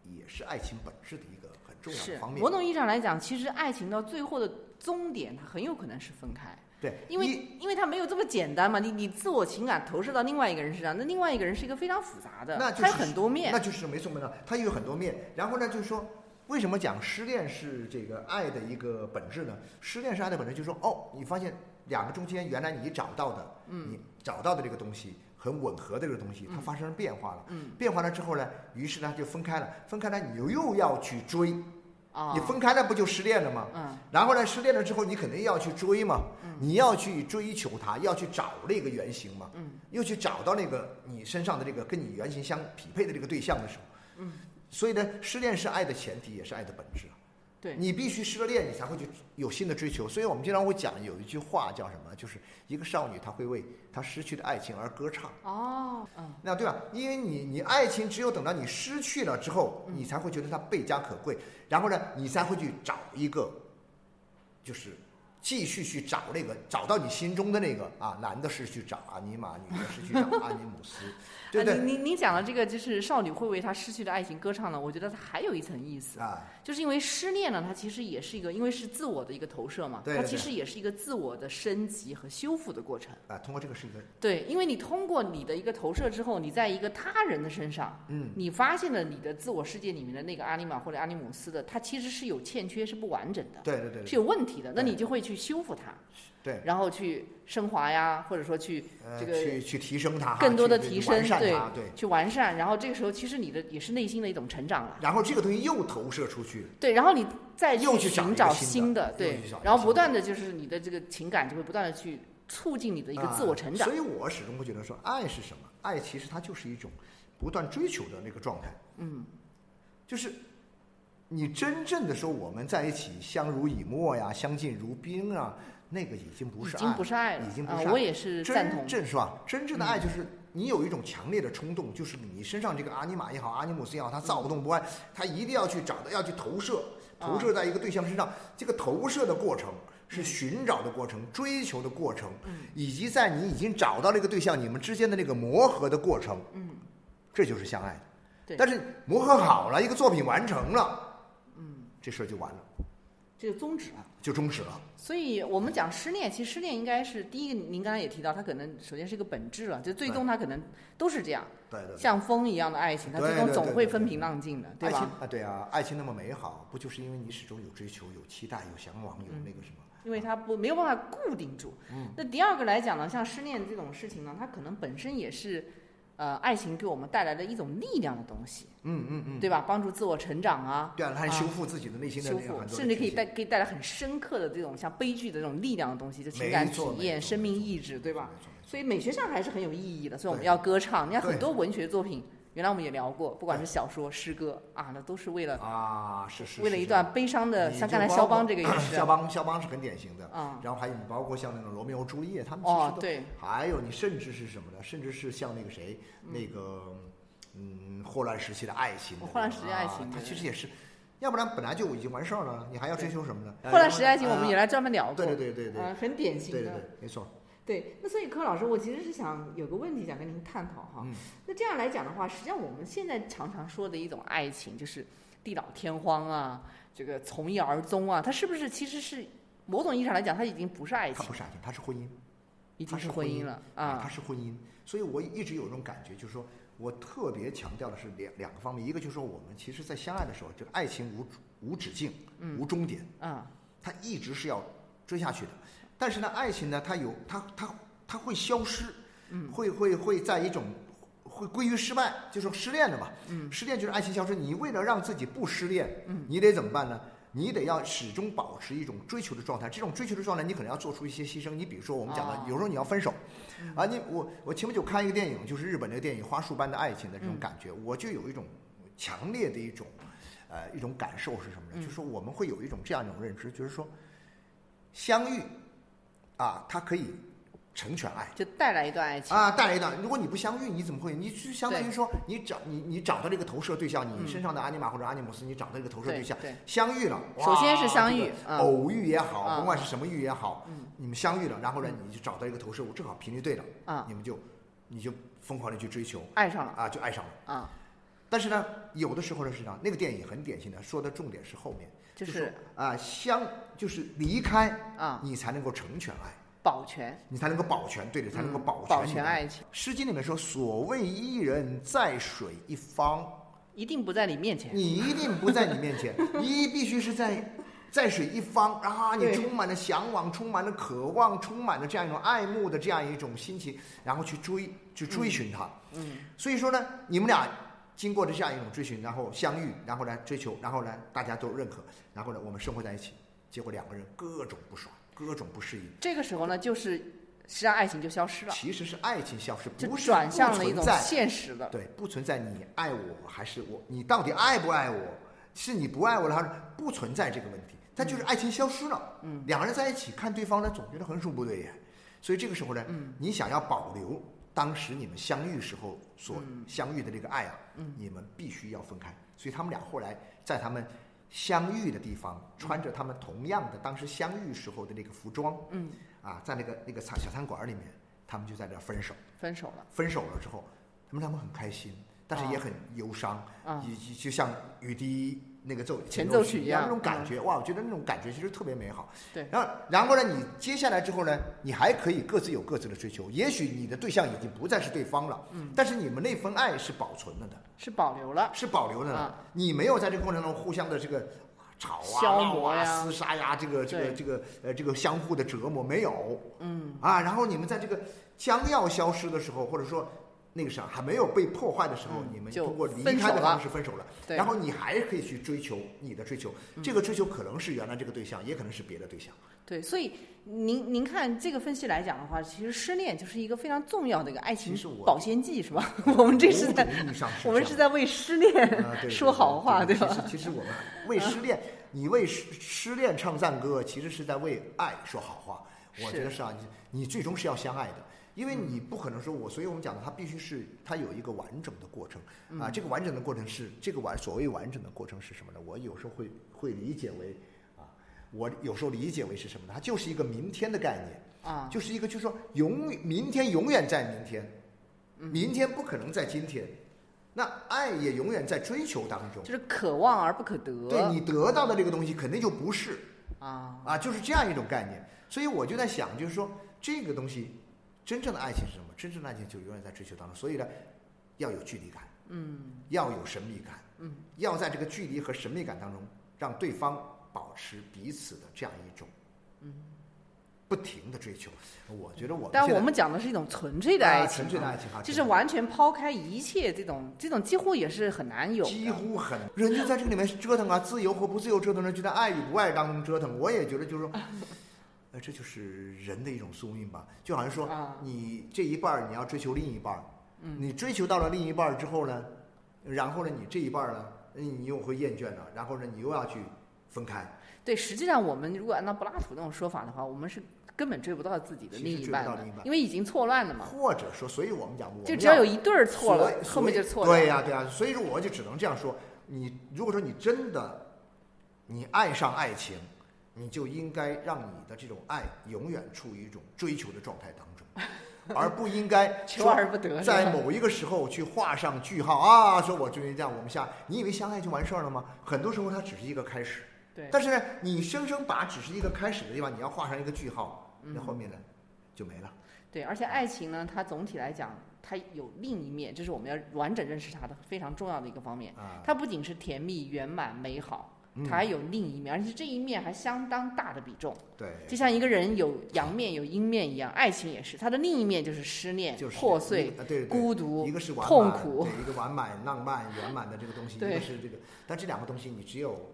Speaker 2: 也是爱情本质的一个很重要
Speaker 1: 是
Speaker 2: 的方面
Speaker 1: 某。种意义上来讲，其实爱情到最后的终点，它很有可能是分开。
Speaker 2: 对，
Speaker 1: 因为
Speaker 2: 一
Speaker 1: 因为它没有这么简单嘛，你你自我情感投射到另外一个人身上，那另外一个人是一个非常复杂的，
Speaker 2: 那就
Speaker 1: 它有
Speaker 2: 是
Speaker 1: 很多面
Speaker 2: 那就是没什么呢，它有很多面。然后呢，就是说，为什么讲失恋是这个爱的一个本质呢？失恋是爱的本质，就是说哦，你发现两个中间原来你找到的，
Speaker 1: 嗯
Speaker 2: 你找到的这个东西很吻合的这个东西，它发生了变化了。
Speaker 1: 嗯
Speaker 2: 变化了之后呢，于是呢就分开了，分开了你又又要去追，
Speaker 1: 啊，
Speaker 2: 你分开了不就失恋了吗？
Speaker 1: 嗯
Speaker 2: 然后呢，失恋了之后你肯定要去追嘛，你要去追求它，要去找那个原型嘛，
Speaker 1: 嗯
Speaker 2: 又去找到那个你身上的这个跟你原型相匹配的这个对象的时候，
Speaker 1: 嗯，
Speaker 2: 所以呢，失恋是爱的前提，也是爱的本质啊。
Speaker 1: 对
Speaker 2: 你必须失了恋，你才会去有新的追求。所以我们经常会讲有一句话叫什么？就是一个少女她会为她失去的爱情而歌唱。
Speaker 1: 哦嗯
Speaker 2: 那对吧？因为你你爱情只有等到你失去了之后，
Speaker 1: 嗯
Speaker 2: 你才会觉得它倍加可贵，然后呢，你才会去找一个，就是继续去找那个找到你心中的那个啊，男的是去找阿尼玛，女的是 去找阿尼姆斯，对不
Speaker 1: 啊
Speaker 2: 对？
Speaker 1: 您您您讲的这个就是少女会为她失去的爱情歌唱呢，我觉得它还有一层意思，
Speaker 2: 啊，
Speaker 1: 就是因为失恋呢，它其实也是一个，因为是自我的一个投射嘛，
Speaker 2: 对对
Speaker 1: 它其
Speaker 2: 对
Speaker 1: 实也是一个自我的升级和修复的过程。
Speaker 2: 啊，通过这个是一个，
Speaker 1: 对，因为你通过你的一个投射之后，你在一个他人的身上，
Speaker 2: 嗯，
Speaker 1: 你发现了你的自我世界里面的那个阿尼玛或者阿尼姆斯的，它其实是有欠缺，是不完整的，
Speaker 2: 对对对
Speaker 1: 是
Speaker 2: 对
Speaker 1: 有问题的。那
Speaker 2: 对
Speaker 1: 你就会去修复它，
Speaker 2: 对，
Speaker 1: 然后去升华呀，或者说去
Speaker 2: 呃，
Speaker 1: 这个
Speaker 2: 去去提升它哈，
Speaker 1: 更多的
Speaker 2: 去
Speaker 1: 提
Speaker 2: 去完
Speaker 1: 升，
Speaker 2: 善
Speaker 1: 对
Speaker 2: 它，对。
Speaker 1: 啊去完善。然后这个时候，其实你的也是内心的一种成长了，
Speaker 2: 然后这个东西又投射出去，
Speaker 1: 对。然后你再
Speaker 2: 又去找一
Speaker 1: 寻
Speaker 2: 个
Speaker 1: 找
Speaker 2: 新
Speaker 1: 的，
Speaker 2: 的又
Speaker 1: 对
Speaker 2: 去找一。个
Speaker 1: 然后
Speaker 2: 新
Speaker 1: 不
Speaker 2: 的
Speaker 1: 断的就是你的这个情感就会不断的去促进你的一个自我成长
Speaker 2: 啊。所以我始终会觉得说，爱是什么？爱其实它就是一种不断追求的那个状态。
Speaker 1: 嗯，
Speaker 2: 就是你真正的说我们在一起相濡以沫呀，相敬如宾啊，那个已经不
Speaker 1: 已
Speaker 2: 是
Speaker 1: 经
Speaker 2: 爱，
Speaker 1: 不是爱了，
Speaker 2: 已经不
Speaker 1: 啊
Speaker 2: 是爱
Speaker 1: 我也是赞同嗯
Speaker 2: 真。正是吧？真正的爱就是你有一种强烈的冲动，就是你身上这个阿尼玛也好，阿尼姆斯也好，他躁动不安，他一定要去找到，要去投射，投
Speaker 1: 啊
Speaker 2: 射在一个对象身上。这个投射的过程
Speaker 1: 嗯
Speaker 2: 是寻找的过程、追求的过程，以及在你已经找到这个对象，你们之间的那个磨合的过程。
Speaker 1: 嗯，
Speaker 2: 这就是相爱的。
Speaker 1: 对
Speaker 2: 但是磨合好了，一个作品完成了，嗯，这事儿就完了，
Speaker 1: 这个宗旨啊。
Speaker 2: 就终止了。
Speaker 1: 所以我们讲失恋，其实失恋应该是第一个，您刚才也提到，它可能首先是一个本质了，就最终它可能都是这样，
Speaker 2: 对对对。
Speaker 1: 像风一样的爱情，它最
Speaker 2: 对
Speaker 1: 终
Speaker 2: 对
Speaker 1: 总
Speaker 2: 对
Speaker 1: 会
Speaker 2: 对
Speaker 1: 风
Speaker 2: 对
Speaker 1: 平浪静的，
Speaker 2: 爱
Speaker 1: 对
Speaker 2: 情
Speaker 1: 吧？
Speaker 2: 啊，对啊，爱情那么美好，不就是因为你始终有追求、有期待、有向往、有
Speaker 1: 嗯
Speaker 2: 那个什么？
Speaker 1: 因为它不没有办法固定住。
Speaker 2: 嗯
Speaker 1: 那第二个来讲呢，像失恋这种事情呢，它可能本身也是，呃，爱情给我们带来的一种力量的东西，
Speaker 2: 嗯嗯嗯，
Speaker 1: 对吧？帮助自我成长啊，
Speaker 2: 对啊，它
Speaker 1: 啊
Speaker 2: 修复自己的内心的
Speaker 1: 修
Speaker 2: 那个
Speaker 1: 复，
Speaker 2: 很多的
Speaker 1: 甚至可以
Speaker 2: 缺陷
Speaker 1: 带可以带来很深刻的这种像悲剧的这种力量的东西，就情
Speaker 2: 没
Speaker 1: 感体
Speaker 2: 错没
Speaker 1: 验、
Speaker 2: 错
Speaker 1: 生
Speaker 2: 没
Speaker 1: 命
Speaker 2: 错
Speaker 1: 意志，对吧？
Speaker 2: 没错没错
Speaker 1: 所以美学上还是很有意义的，所以我们
Speaker 2: 对
Speaker 1: 要歌唱。你看
Speaker 2: 对
Speaker 1: 很多文学作品，原来我们也聊过，不管是
Speaker 2: 对
Speaker 1: 小说、诗歌啊，那都是为了
Speaker 2: 啊，是是
Speaker 1: 为了一段悲伤的，像刚才肖
Speaker 2: 肖
Speaker 1: 邦这个也是
Speaker 2: 肖邦肖邦是很典型的。
Speaker 1: 啊，
Speaker 2: 然后还有你包括像那种罗密欧朱丽叶，他们其
Speaker 1: 哦
Speaker 2: 实，都
Speaker 1: 对，
Speaker 2: 还有你甚至是什么呢？甚至是像那个谁，那个嗯霍乱时期的爱情的那种啊，
Speaker 1: 霍乱时期爱情
Speaker 2: 它
Speaker 1: 对
Speaker 2: 其实也是，要不然本来就已经完事儿了，你还要追求什呃么呢？
Speaker 1: 后来时代情我们
Speaker 2: 也
Speaker 1: 原来专门聊过，
Speaker 2: 对对对对对
Speaker 1: 啊，很典型
Speaker 2: 对对
Speaker 1: 的
Speaker 2: 对。，没错。
Speaker 1: 对，那所以柯老师，我其实是想有个问题想跟您探讨哈。
Speaker 2: 嗯
Speaker 1: 那这样来讲的话，实际上我们现在常常说的一种爱情，就是地老天荒啊，这个从一而终啊，它是不是其实是某种意义上来讲，它已经不是爱
Speaker 2: 它
Speaker 1: 情
Speaker 2: 不，是爱情，它是婚姻。
Speaker 1: 已经
Speaker 2: 它是
Speaker 1: 婚
Speaker 2: 婚
Speaker 1: 姻
Speaker 2: 姻
Speaker 1: 了
Speaker 2: 它
Speaker 1: 啊。
Speaker 2: 是婚姻，哎所以我一直有一种感觉，就是说我特别强调的是两两个方面，一个就是说我们其实在相爱的时候，这个爱情无无止境，无终点，
Speaker 1: 啊，
Speaker 2: 它一直是要追下去的。但是呢，爱情呢，它有它它它会消失，会会会在一种会归于失败，就说失恋了嘛，失恋就是爱情消失。你为了让自己不失恋，你得怎么办呢？你得要始终保持一种追求的状态，这种追求的状态，你可能要做出一些牺牲。你比如说，我们讲的
Speaker 1: 哦，
Speaker 2: 有时候你要分手，啊，你我我前不久看一个电影，就是日本那个电影《花束般的爱情》的这
Speaker 1: 嗯
Speaker 2: 种感觉，我就有一种强烈的一种呃一种感受是什么呢？
Speaker 1: 嗯
Speaker 2: 就是说我们会有一种这样一种认知，就是说相遇啊，它可以成全爱。
Speaker 1: 就带来一段爱情。
Speaker 2: 啊，带来一段。如果你不相遇，你怎么会？你就相当于
Speaker 1: 对
Speaker 2: 说，你找你你找到这个投射对象，
Speaker 1: 嗯
Speaker 2: 你身上的阿尼玛或者阿尼姆斯，你找到这个投射
Speaker 1: 对
Speaker 2: 对象，
Speaker 1: 对，
Speaker 2: 相遇了。
Speaker 1: 首先
Speaker 2: 哇
Speaker 1: 是相
Speaker 2: 这
Speaker 1: 遇
Speaker 2: 个哦
Speaker 1: 嗯
Speaker 2: 偶遇也好，
Speaker 1: 嗯
Speaker 2: 甭管是什么遇也好，
Speaker 1: 嗯
Speaker 2: 你们相遇了，然后呢，你就找到一个投射物，正好频率对了，
Speaker 1: 啊，
Speaker 2: 你们就你就疯狂的去追求
Speaker 1: 爱上了
Speaker 2: 啊，就爱上了。
Speaker 1: 啊，
Speaker 2: 但是呢，有的时候呢是这样，那个电影很典型的，说的重点是后面，
Speaker 1: 就
Speaker 2: 说
Speaker 1: 是
Speaker 2: 啊相就是离开，
Speaker 1: 啊，
Speaker 2: 你才能够成全爱，
Speaker 1: 保全，
Speaker 2: 你才能够保全，对的，才能够
Speaker 1: 嗯
Speaker 2: 保全
Speaker 1: 保
Speaker 2: 你
Speaker 1: 全
Speaker 2: 的
Speaker 1: 爱情。
Speaker 2: 《诗经》里面说：“所谓伊人，在水一方。
Speaker 1: 一定不在你面前。
Speaker 2: 你一定不在你面前，一必须是在在水一方啊！你
Speaker 1: 对
Speaker 2: 充满了向往，充满了渴望，充满了这样一种爱慕的这样一种心情，然后去追去追寻它。
Speaker 1: 嗯，
Speaker 2: 所以说呢，你们俩经过这样一种追寻，然后相遇，然后来追求，然后呢大家都认可，然后呢我们生活在一起，结果两个人各种不爽，各种不适应，
Speaker 1: 这个时候呢，就是实际上爱情就消失了，
Speaker 2: 其实是爱情消失，
Speaker 1: 就
Speaker 2: 不是
Speaker 1: 转向
Speaker 2: 不
Speaker 1: 了一
Speaker 2: 存
Speaker 1: 种
Speaker 2: 在
Speaker 1: 现实的。
Speaker 2: 对，不存在你爱我还是我，你到底爱不爱我？是你不爱我了，还是不存在这个问题？它就是爱情消失了。嗯，两个人在一起看对方呢，总觉得横竖不对眼，所以这个时候呢，嗯，你想要保留当时你们相遇时候所相遇的这个爱啊，嗯，你们必须要分开。所以他们俩后来在他们相遇的地方，穿着他们同样的当时相遇时候的那个服装，
Speaker 1: 嗯，
Speaker 2: 啊，在那个那个餐小餐馆里面，他们就在这儿分手。
Speaker 1: 分手了。
Speaker 2: 分手了之后，他们两个很开心，但是也很忧伤，
Speaker 1: 啊
Speaker 2: 也也就像雨滴那个奏
Speaker 1: 前奏
Speaker 2: 奏
Speaker 1: 曲一
Speaker 2: 一样
Speaker 1: 样嗯
Speaker 2: 那种感觉，哇，我觉得那种感觉其实特别美好。
Speaker 1: 对
Speaker 2: 然后然后呢，你接下来之后呢，你还可以各自有各自的追求，也许你的对象已经不再是对方了，嗯，但是你们那份爱是保存了的，
Speaker 1: 是保留了，
Speaker 2: 是保留的呢，
Speaker 1: 啊
Speaker 2: 你没有在这个过程中互相的这个。吵啊、
Speaker 1: 消
Speaker 2: 闹
Speaker 1: 磨
Speaker 2: 啊、
Speaker 1: 呀
Speaker 2: 厮杀呀，这个、这个、
Speaker 1: 对
Speaker 2: 这个、呃，这个相互的折磨没有，
Speaker 1: 嗯，
Speaker 2: 啊，然后你们在这个将要消失的时候，或者说那个啥还没有被破坏的时候，
Speaker 1: 嗯
Speaker 2: 你们
Speaker 1: 就
Speaker 2: 通过离
Speaker 1: 分手
Speaker 2: 开的方
Speaker 1: 了
Speaker 2: 式分手了，
Speaker 1: 对嗯
Speaker 2: 然后你还可以去追求你的追求，这个追求可能是原来这个对象，也可能是别的对象。
Speaker 1: 对，所以您您看这个分析来讲的话，其实失恋就是一个非常重要的一个爱情
Speaker 2: 其实我
Speaker 1: 保鲜剂，是吧？ 我们这是
Speaker 2: 某
Speaker 1: 在
Speaker 2: 种意义上是
Speaker 1: 我们
Speaker 2: 这
Speaker 1: 是
Speaker 2: 样
Speaker 1: 在为失恋、
Speaker 2: 啊对
Speaker 1: 说好话，
Speaker 2: 对
Speaker 1: 对吧？
Speaker 2: 其实其实我们为失 恋，你为失失恋唱赞歌，其实是在为爱说好话。我觉得是啊，你你最终是要相爱的，因为
Speaker 1: 嗯
Speaker 2: 你不可能说我，所以我们讲的，它必须是它有一个完整的过程
Speaker 1: 嗯
Speaker 2: 啊。这个完整的过程是这个完所谓完整的过程是什么呢？我有时候会会理解为啊，我有时候理解为是什么呢？它就是一个明天的概念。
Speaker 1: 啊，
Speaker 2: 就是一个就是说永明天永远在明天，明天不可能在今天，那爱也永远在追求当中
Speaker 1: 就。是可望而不可
Speaker 2: 对
Speaker 1: 得
Speaker 2: 你得到的这个东西肯定就不是
Speaker 1: 啊，
Speaker 2: 啊，就是这样一种概念。所以我就在想，就是说这个东西，真正的爱情是什么？真正的爱情就永远在追求当中。所以呢，要有距离感，嗯，要有神秘感，嗯，要在这个距离和神秘感当中，让对方保持彼此的这样一种，嗯，不停的追求。我觉得我们
Speaker 1: 但
Speaker 2: 现在
Speaker 1: 我们讲的是一种纯粹的爱情，
Speaker 2: 纯粹的爱情啊
Speaker 1: 就是完全抛开一切这种，这种几乎也是很难有的。
Speaker 2: 几乎很人就在这个里面折腾啊，自由和不自由折腾，人就在爱与不爱当中折腾。我也觉得就是说， 呃，这就是人的一种宿命吧。就好像说
Speaker 1: 啊，
Speaker 2: 你这一半儿你要追求另一半儿，
Speaker 1: 嗯
Speaker 2: 你追求到了另一半儿之后呢，然后呢，你这一半儿呢，你又会厌倦了，然后呢，你又要去分开，
Speaker 1: 对，实际上我们如果按照柏拉图那种说法的话，我们是根本追不到自己的
Speaker 2: 其实
Speaker 1: 另一半
Speaker 2: 追不到
Speaker 1: 的
Speaker 2: 另一，半
Speaker 1: 因为已经错乱了嘛。
Speaker 2: 或者说，所以我们讲，我们
Speaker 1: 嗯就只要
Speaker 2: 要
Speaker 1: 有一对儿错了
Speaker 2: 所以，
Speaker 1: 后面就错了。
Speaker 2: 对呀、对呀、所以说我就只能这样说：你如果说你真的，你爱上爱情，你就应该让你的这种爱永远处于一种追求的状态当中，而不应该
Speaker 1: 求
Speaker 2: 说
Speaker 1: 而不得是
Speaker 2: 在
Speaker 1: 吧
Speaker 2: 某一个时候去画上句号啊！说我终于这样，我们下，你以为相爱就完事儿了吗？很多时候它只是一个开始，
Speaker 1: 对
Speaker 2: 但是呢，你生生把只是一个开始的地方，你要画上一个句号，那后面呢就没了。
Speaker 1: 嗯对，而且爱情呢，它总体来讲，它有另一面，这是我们要完整认识它的非常重要的一个方面。
Speaker 2: 啊
Speaker 1: 它不仅是甜蜜、圆满、美好，
Speaker 2: 嗯
Speaker 1: 它还有另一面，而且这一面还相当大的比重。
Speaker 2: 对，
Speaker 1: 就像一个人有阳面有阴面一样，爱情也是，它的另一面就是失恋、
Speaker 2: 就是
Speaker 1: 破碎、
Speaker 2: 啊，对对
Speaker 1: 孤独、
Speaker 2: 一个是完满
Speaker 1: 痛苦。
Speaker 2: 对，一个完满、浪漫、圆满的这个东西，一
Speaker 1: 对
Speaker 2: 个是这个，但这两个东西你只有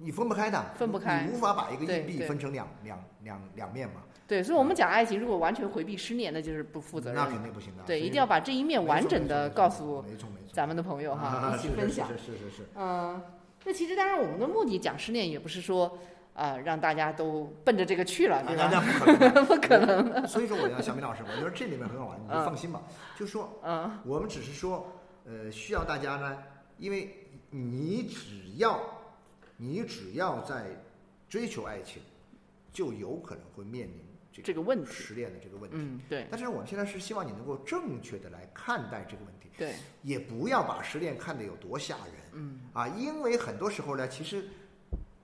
Speaker 2: 你分不开的，
Speaker 1: 分不开
Speaker 2: 你无法把一个
Speaker 1: 对
Speaker 2: 硬币
Speaker 1: 对
Speaker 2: 分成两两两两面嘛，
Speaker 1: 对，所以我们讲爱情，如果完全回避失恋，那就是不负责
Speaker 2: 那肯
Speaker 1: 任。
Speaker 2: 定不行的，
Speaker 1: 对，
Speaker 2: 所以
Speaker 1: 一定要把这一面完整的告诉
Speaker 2: 没错没错，
Speaker 1: 咱们的朋友哈，
Speaker 2: 啊
Speaker 1: 一起
Speaker 2: 是的
Speaker 1: 分享。
Speaker 2: 是是是是是，
Speaker 1: 嗯，那其实当然，我们的目的讲失恋也不是说，呃，让大家都奔着这个去了，对
Speaker 2: 啊
Speaker 1: 吧？
Speaker 2: 那 不可能
Speaker 1: 不可能，
Speaker 2: 所以说，我要小米老师，我觉得这里面很好玩，你就
Speaker 1: 嗯
Speaker 2: 放心吧。就说，
Speaker 1: 嗯，
Speaker 2: 我们只是说，呃，需要大家呢，因为你只要你只要在追求爱情，就有可能会面临这
Speaker 1: 这
Speaker 2: 个
Speaker 1: 个问题。
Speaker 2: 失恋的这个问题。
Speaker 1: 嗯，对
Speaker 2: 但是我们现在是希望你能够正确的来看待这个问题，
Speaker 1: 对，
Speaker 2: 也不要把失恋看得有多吓人。
Speaker 1: 嗯，
Speaker 2: 啊，因为很多时候呢，其实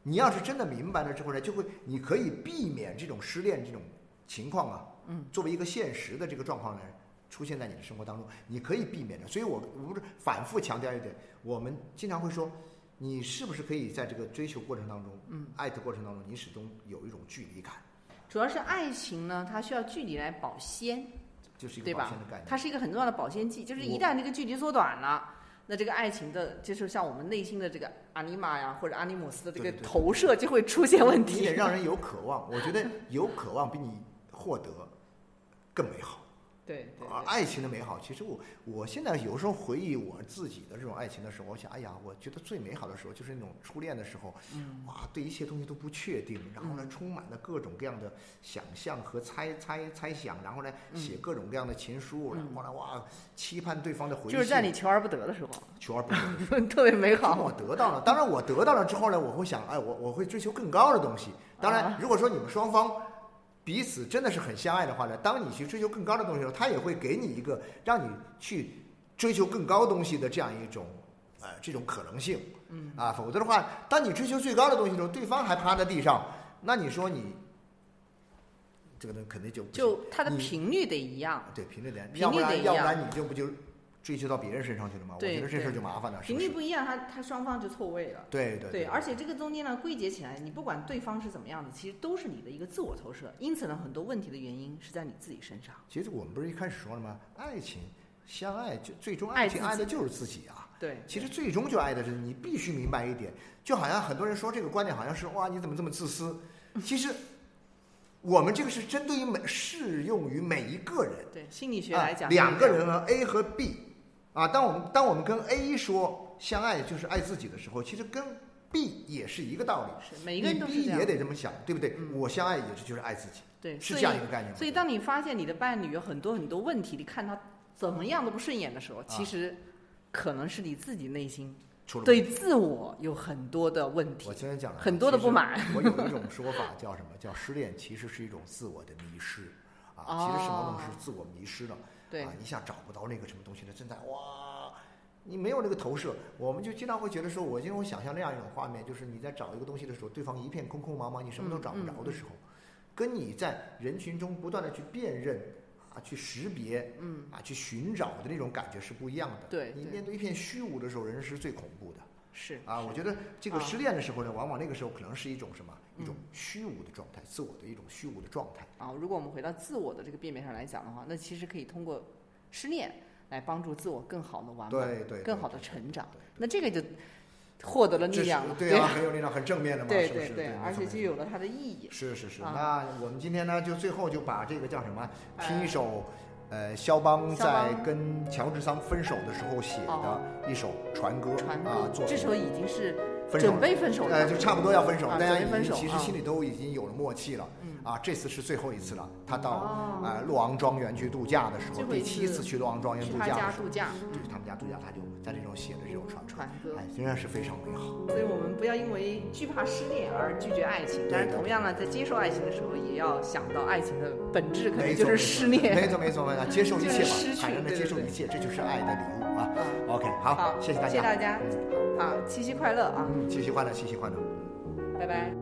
Speaker 2: 你要是真的明白了之后呢，就会你可以避免这种失恋这种情况啊。嗯，作为一个现实的这个状况呢，出现在你的生活当中，你可以避免的。所以我我不是反复强调一点，我们经常会说，你是不是可以在这个追求过程当中，
Speaker 1: 嗯，
Speaker 2: 爱的过程当中，你始终有一种距离感，
Speaker 1: 主要是爱情呢，它需要距离来保鲜，
Speaker 2: 就是一
Speaker 1: 对
Speaker 2: 个
Speaker 1: 吧
Speaker 2: 保鲜的概念。
Speaker 1: 它是一个很重要的保鲜剂。就是一
Speaker 2: 我
Speaker 1: 旦这个距离缩短了，那这个爱情的，就是像我们内心的这个阿尼玛呀，或者阿尼姆斯的这个
Speaker 2: 对对对
Speaker 1: 投射就会出现问
Speaker 2: 你得
Speaker 1: 题。
Speaker 2: 让人有渴望，我觉得有渴望比你获得更美好。
Speaker 1: 对对
Speaker 2: 啊，爱情的美好，其实我我现在有时候回忆我自己的这种爱情的时候，我想，哎呀，我觉得最美好的时候就是那种初恋的时候，
Speaker 1: 嗯
Speaker 2: 哇，对一切东西都不确定，然后呢，充满了各种各样的想象和猜猜猜想，然后呢，
Speaker 1: 嗯
Speaker 2: 写各种各样的情书，然后呢，哇，期盼对方的
Speaker 1: 对，
Speaker 2: 回信，
Speaker 1: 就是在你求而不得的时
Speaker 2: 求而不得。
Speaker 1: 候， 特别美
Speaker 2: 当
Speaker 1: 好。
Speaker 2: 我得到了，当然我得到了之后呢，我会想，哎，我我会追求更高的东西。当然
Speaker 1: 啊，
Speaker 2: 如果说你们双方彼此真的是很相爱的话呢，当你去追求更高的东西的时候，他也会给你一个让你去追求更高东西的这样一种呃这种可能性。
Speaker 1: 嗯
Speaker 2: 啊，否则的话，当你追求最高的东西的时候，对方还趴在地上，那你说你这个东西肯定就不行
Speaker 1: 就它的
Speaker 2: 你
Speaker 1: 频率得一样，
Speaker 2: 对频率点，
Speaker 1: 频
Speaker 2: 要不
Speaker 1: 率得
Speaker 2: 然
Speaker 1: 一
Speaker 2: 要不
Speaker 1: 样
Speaker 2: 然你就不就追求到别人身上去了吗？我
Speaker 1: 对
Speaker 2: 觉得这
Speaker 1: 对
Speaker 2: 啊事儿就麻烦了，是
Speaker 1: 频
Speaker 2: 不
Speaker 1: 率
Speaker 2: 是？
Speaker 1: 不一样，它它双方就错位了。
Speaker 2: 对对
Speaker 1: 对，而且这个中间呢，归结起来，你不管对方是怎么样的，其实都是你的一个自我投射。因此呢，很多问题的原因是在你自己身上。
Speaker 2: 其实我们不是一开始说了吗？爱情相爱就最终
Speaker 1: 爱
Speaker 2: 爱情
Speaker 1: 自己
Speaker 2: 爱的就是自己啊。
Speaker 1: 对，
Speaker 2: 其实最终就爱的是你，必须明白一点。就好像很多人说这个观点，好像是哇，你怎么这么自私？其实我们这个是针对于每适用于每一个人。
Speaker 1: 对心理学
Speaker 2: 啊
Speaker 1: 来讲，
Speaker 2: 两个人和 A 和 B 啊，当我们当我们跟 A 说相爱就是爱自己的时候，其实跟 B 也是一个道理。
Speaker 1: 是每一个人都
Speaker 2: 你
Speaker 1: 是
Speaker 2: B
Speaker 1: 这样
Speaker 2: 也。得这么想，对不对？
Speaker 1: 嗯
Speaker 2: 我相爱也是就是爱自己，
Speaker 1: 对，
Speaker 2: 是
Speaker 1: 所
Speaker 2: 这
Speaker 1: 以
Speaker 2: 样一个概念吗？
Speaker 1: 所以，当你发现你的伴侣有很多很多问题，你看他怎么样都不顺眼的时
Speaker 2: 啊
Speaker 1: 候，其实可能是你自己内心
Speaker 2: 出了
Speaker 1: 对自我有很多的问题
Speaker 2: 我，今天讲了
Speaker 1: 很多的不。满。
Speaker 2: 其实我有一种说法叫什么？叫失恋其实是一种自我的迷失啊，其实是某种
Speaker 1: 哦
Speaker 2: 是自我迷失了。
Speaker 1: 对
Speaker 2: 啊，一下找不到那个什么东西的真在，哇，你没有那个投射，我们就经常会觉得说，我经常会想象那样一种画面，就是你在找一个东西的时候，对方一片空空茫茫，你什么都
Speaker 1: 嗯
Speaker 2: 找不
Speaker 1: 嗯
Speaker 2: 着的时候，跟你在人群中不断的去辨认啊，去识别
Speaker 1: 嗯，
Speaker 2: 啊，去寻找的那种感觉是不一样的。
Speaker 1: 对
Speaker 2: 你
Speaker 1: 对
Speaker 2: 面对一片虚无的时候，人是最恐怖的。
Speaker 1: 是
Speaker 2: 啊，我觉得这个
Speaker 1: 啊
Speaker 2: 失恋的时候呢，往往那个时候可能是一种什么？一种
Speaker 1: 嗯
Speaker 2: 虚无的状态，自我的一种虚无的状态。
Speaker 1: 啊，如果我们回到自我的这个辨别上来讲的话，那其实可以通过失恋来帮助自我更好的完美，
Speaker 2: 对对，
Speaker 1: 啊更
Speaker 2: 对
Speaker 1: 好的
Speaker 2: 对
Speaker 1: 成长。
Speaker 2: 对
Speaker 1: 那这个就获得了力
Speaker 2: 这是
Speaker 1: 量了，
Speaker 2: 对啊，很有力量，很正面的嘛，
Speaker 1: 对
Speaker 2: 是不
Speaker 1: 对
Speaker 2: 是？
Speaker 1: 对，
Speaker 2: 没
Speaker 1: 而且
Speaker 2: 错没
Speaker 1: 就
Speaker 2: 错
Speaker 1: 有了它的意义。
Speaker 2: 是是是，
Speaker 1: 啊
Speaker 2: 那我们今天呢，就最后就把这个叫什么？
Speaker 1: 呃
Speaker 2: 听一首，呃，肖邦
Speaker 1: 肖
Speaker 2: 在
Speaker 1: 邦
Speaker 2: 跟乔治桑分手的时候写的
Speaker 1: 哦
Speaker 2: 一首船歌
Speaker 1: 传
Speaker 2: 啊
Speaker 1: 播，，
Speaker 2: 作
Speaker 1: 这
Speaker 2: 品
Speaker 1: 时候已经是
Speaker 2: 分手
Speaker 1: 准备分手
Speaker 2: 呃，
Speaker 1: 了，
Speaker 2: 就差不多要分手，
Speaker 1: 啊
Speaker 2: 大家
Speaker 1: 准备
Speaker 2: 已
Speaker 1: 分
Speaker 2: 经
Speaker 1: 手
Speaker 2: 其实
Speaker 1: 啊
Speaker 2: 心里都已经有了默契了
Speaker 1: 嗯
Speaker 2: 啊，这次是最后一次了。他到
Speaker 1: 哦
Speaker 2: 呃洛昂庄园去度假的时候，
Speaker 1: 最后
Speaker 2: 第
Speaker 1: 一
Speaker 2: 七
Speaker 1: 次
Speaker 2: 次去洛昂庄园
Speaker 1: 去
Speaker 2: 哎度
Speaker 1: 他
Speaker 2: 假
Speaker 1: 家
Speaker 2: 的时候
Speaker 1: 度，假，
Speaker 2: 就是他们家度假，他就在这种写的这种传
Speaker 1: 传
Speaker 2: 说
Speaker 1: 歌，
Speaker 2: 哎，仍然是非常美好。
Speaker 1: 所以我们不要因为惧怕失恋而拒绝爱情，但是同样呢，在接受爱情的时候，也要想到爱情的本质可能
Speaker 2: 没
Speaker 1: 就
Speaker 2: 错，
Speaker 1: 是失恋。
Speaker 2: 没错没错没错，接受一
Speaker 1: 就是
Speaker 2: 切
Speaker 1: 失
Speaker 2: 吧，
Speaker 1: 去
Speaker 2: 坦然的
Speaker 1: 对
Speaker 2: 接
Speaker 1: 对
Speaker 2: 受
Speaker 1: 对
Speaker 2: 一切，这就是爱的礼物啊。
Speaker 1: 啊，
Speaker 2: OK，好，谢谢大
Speaker 1: 谢谢
Speaker 2: 家，嗯
Speaker 1: 大家，好，七夕快乐啊，
Speaker 2: 嗯，七夕快乐，七夕快乐。
Speaker 1: 拜拜。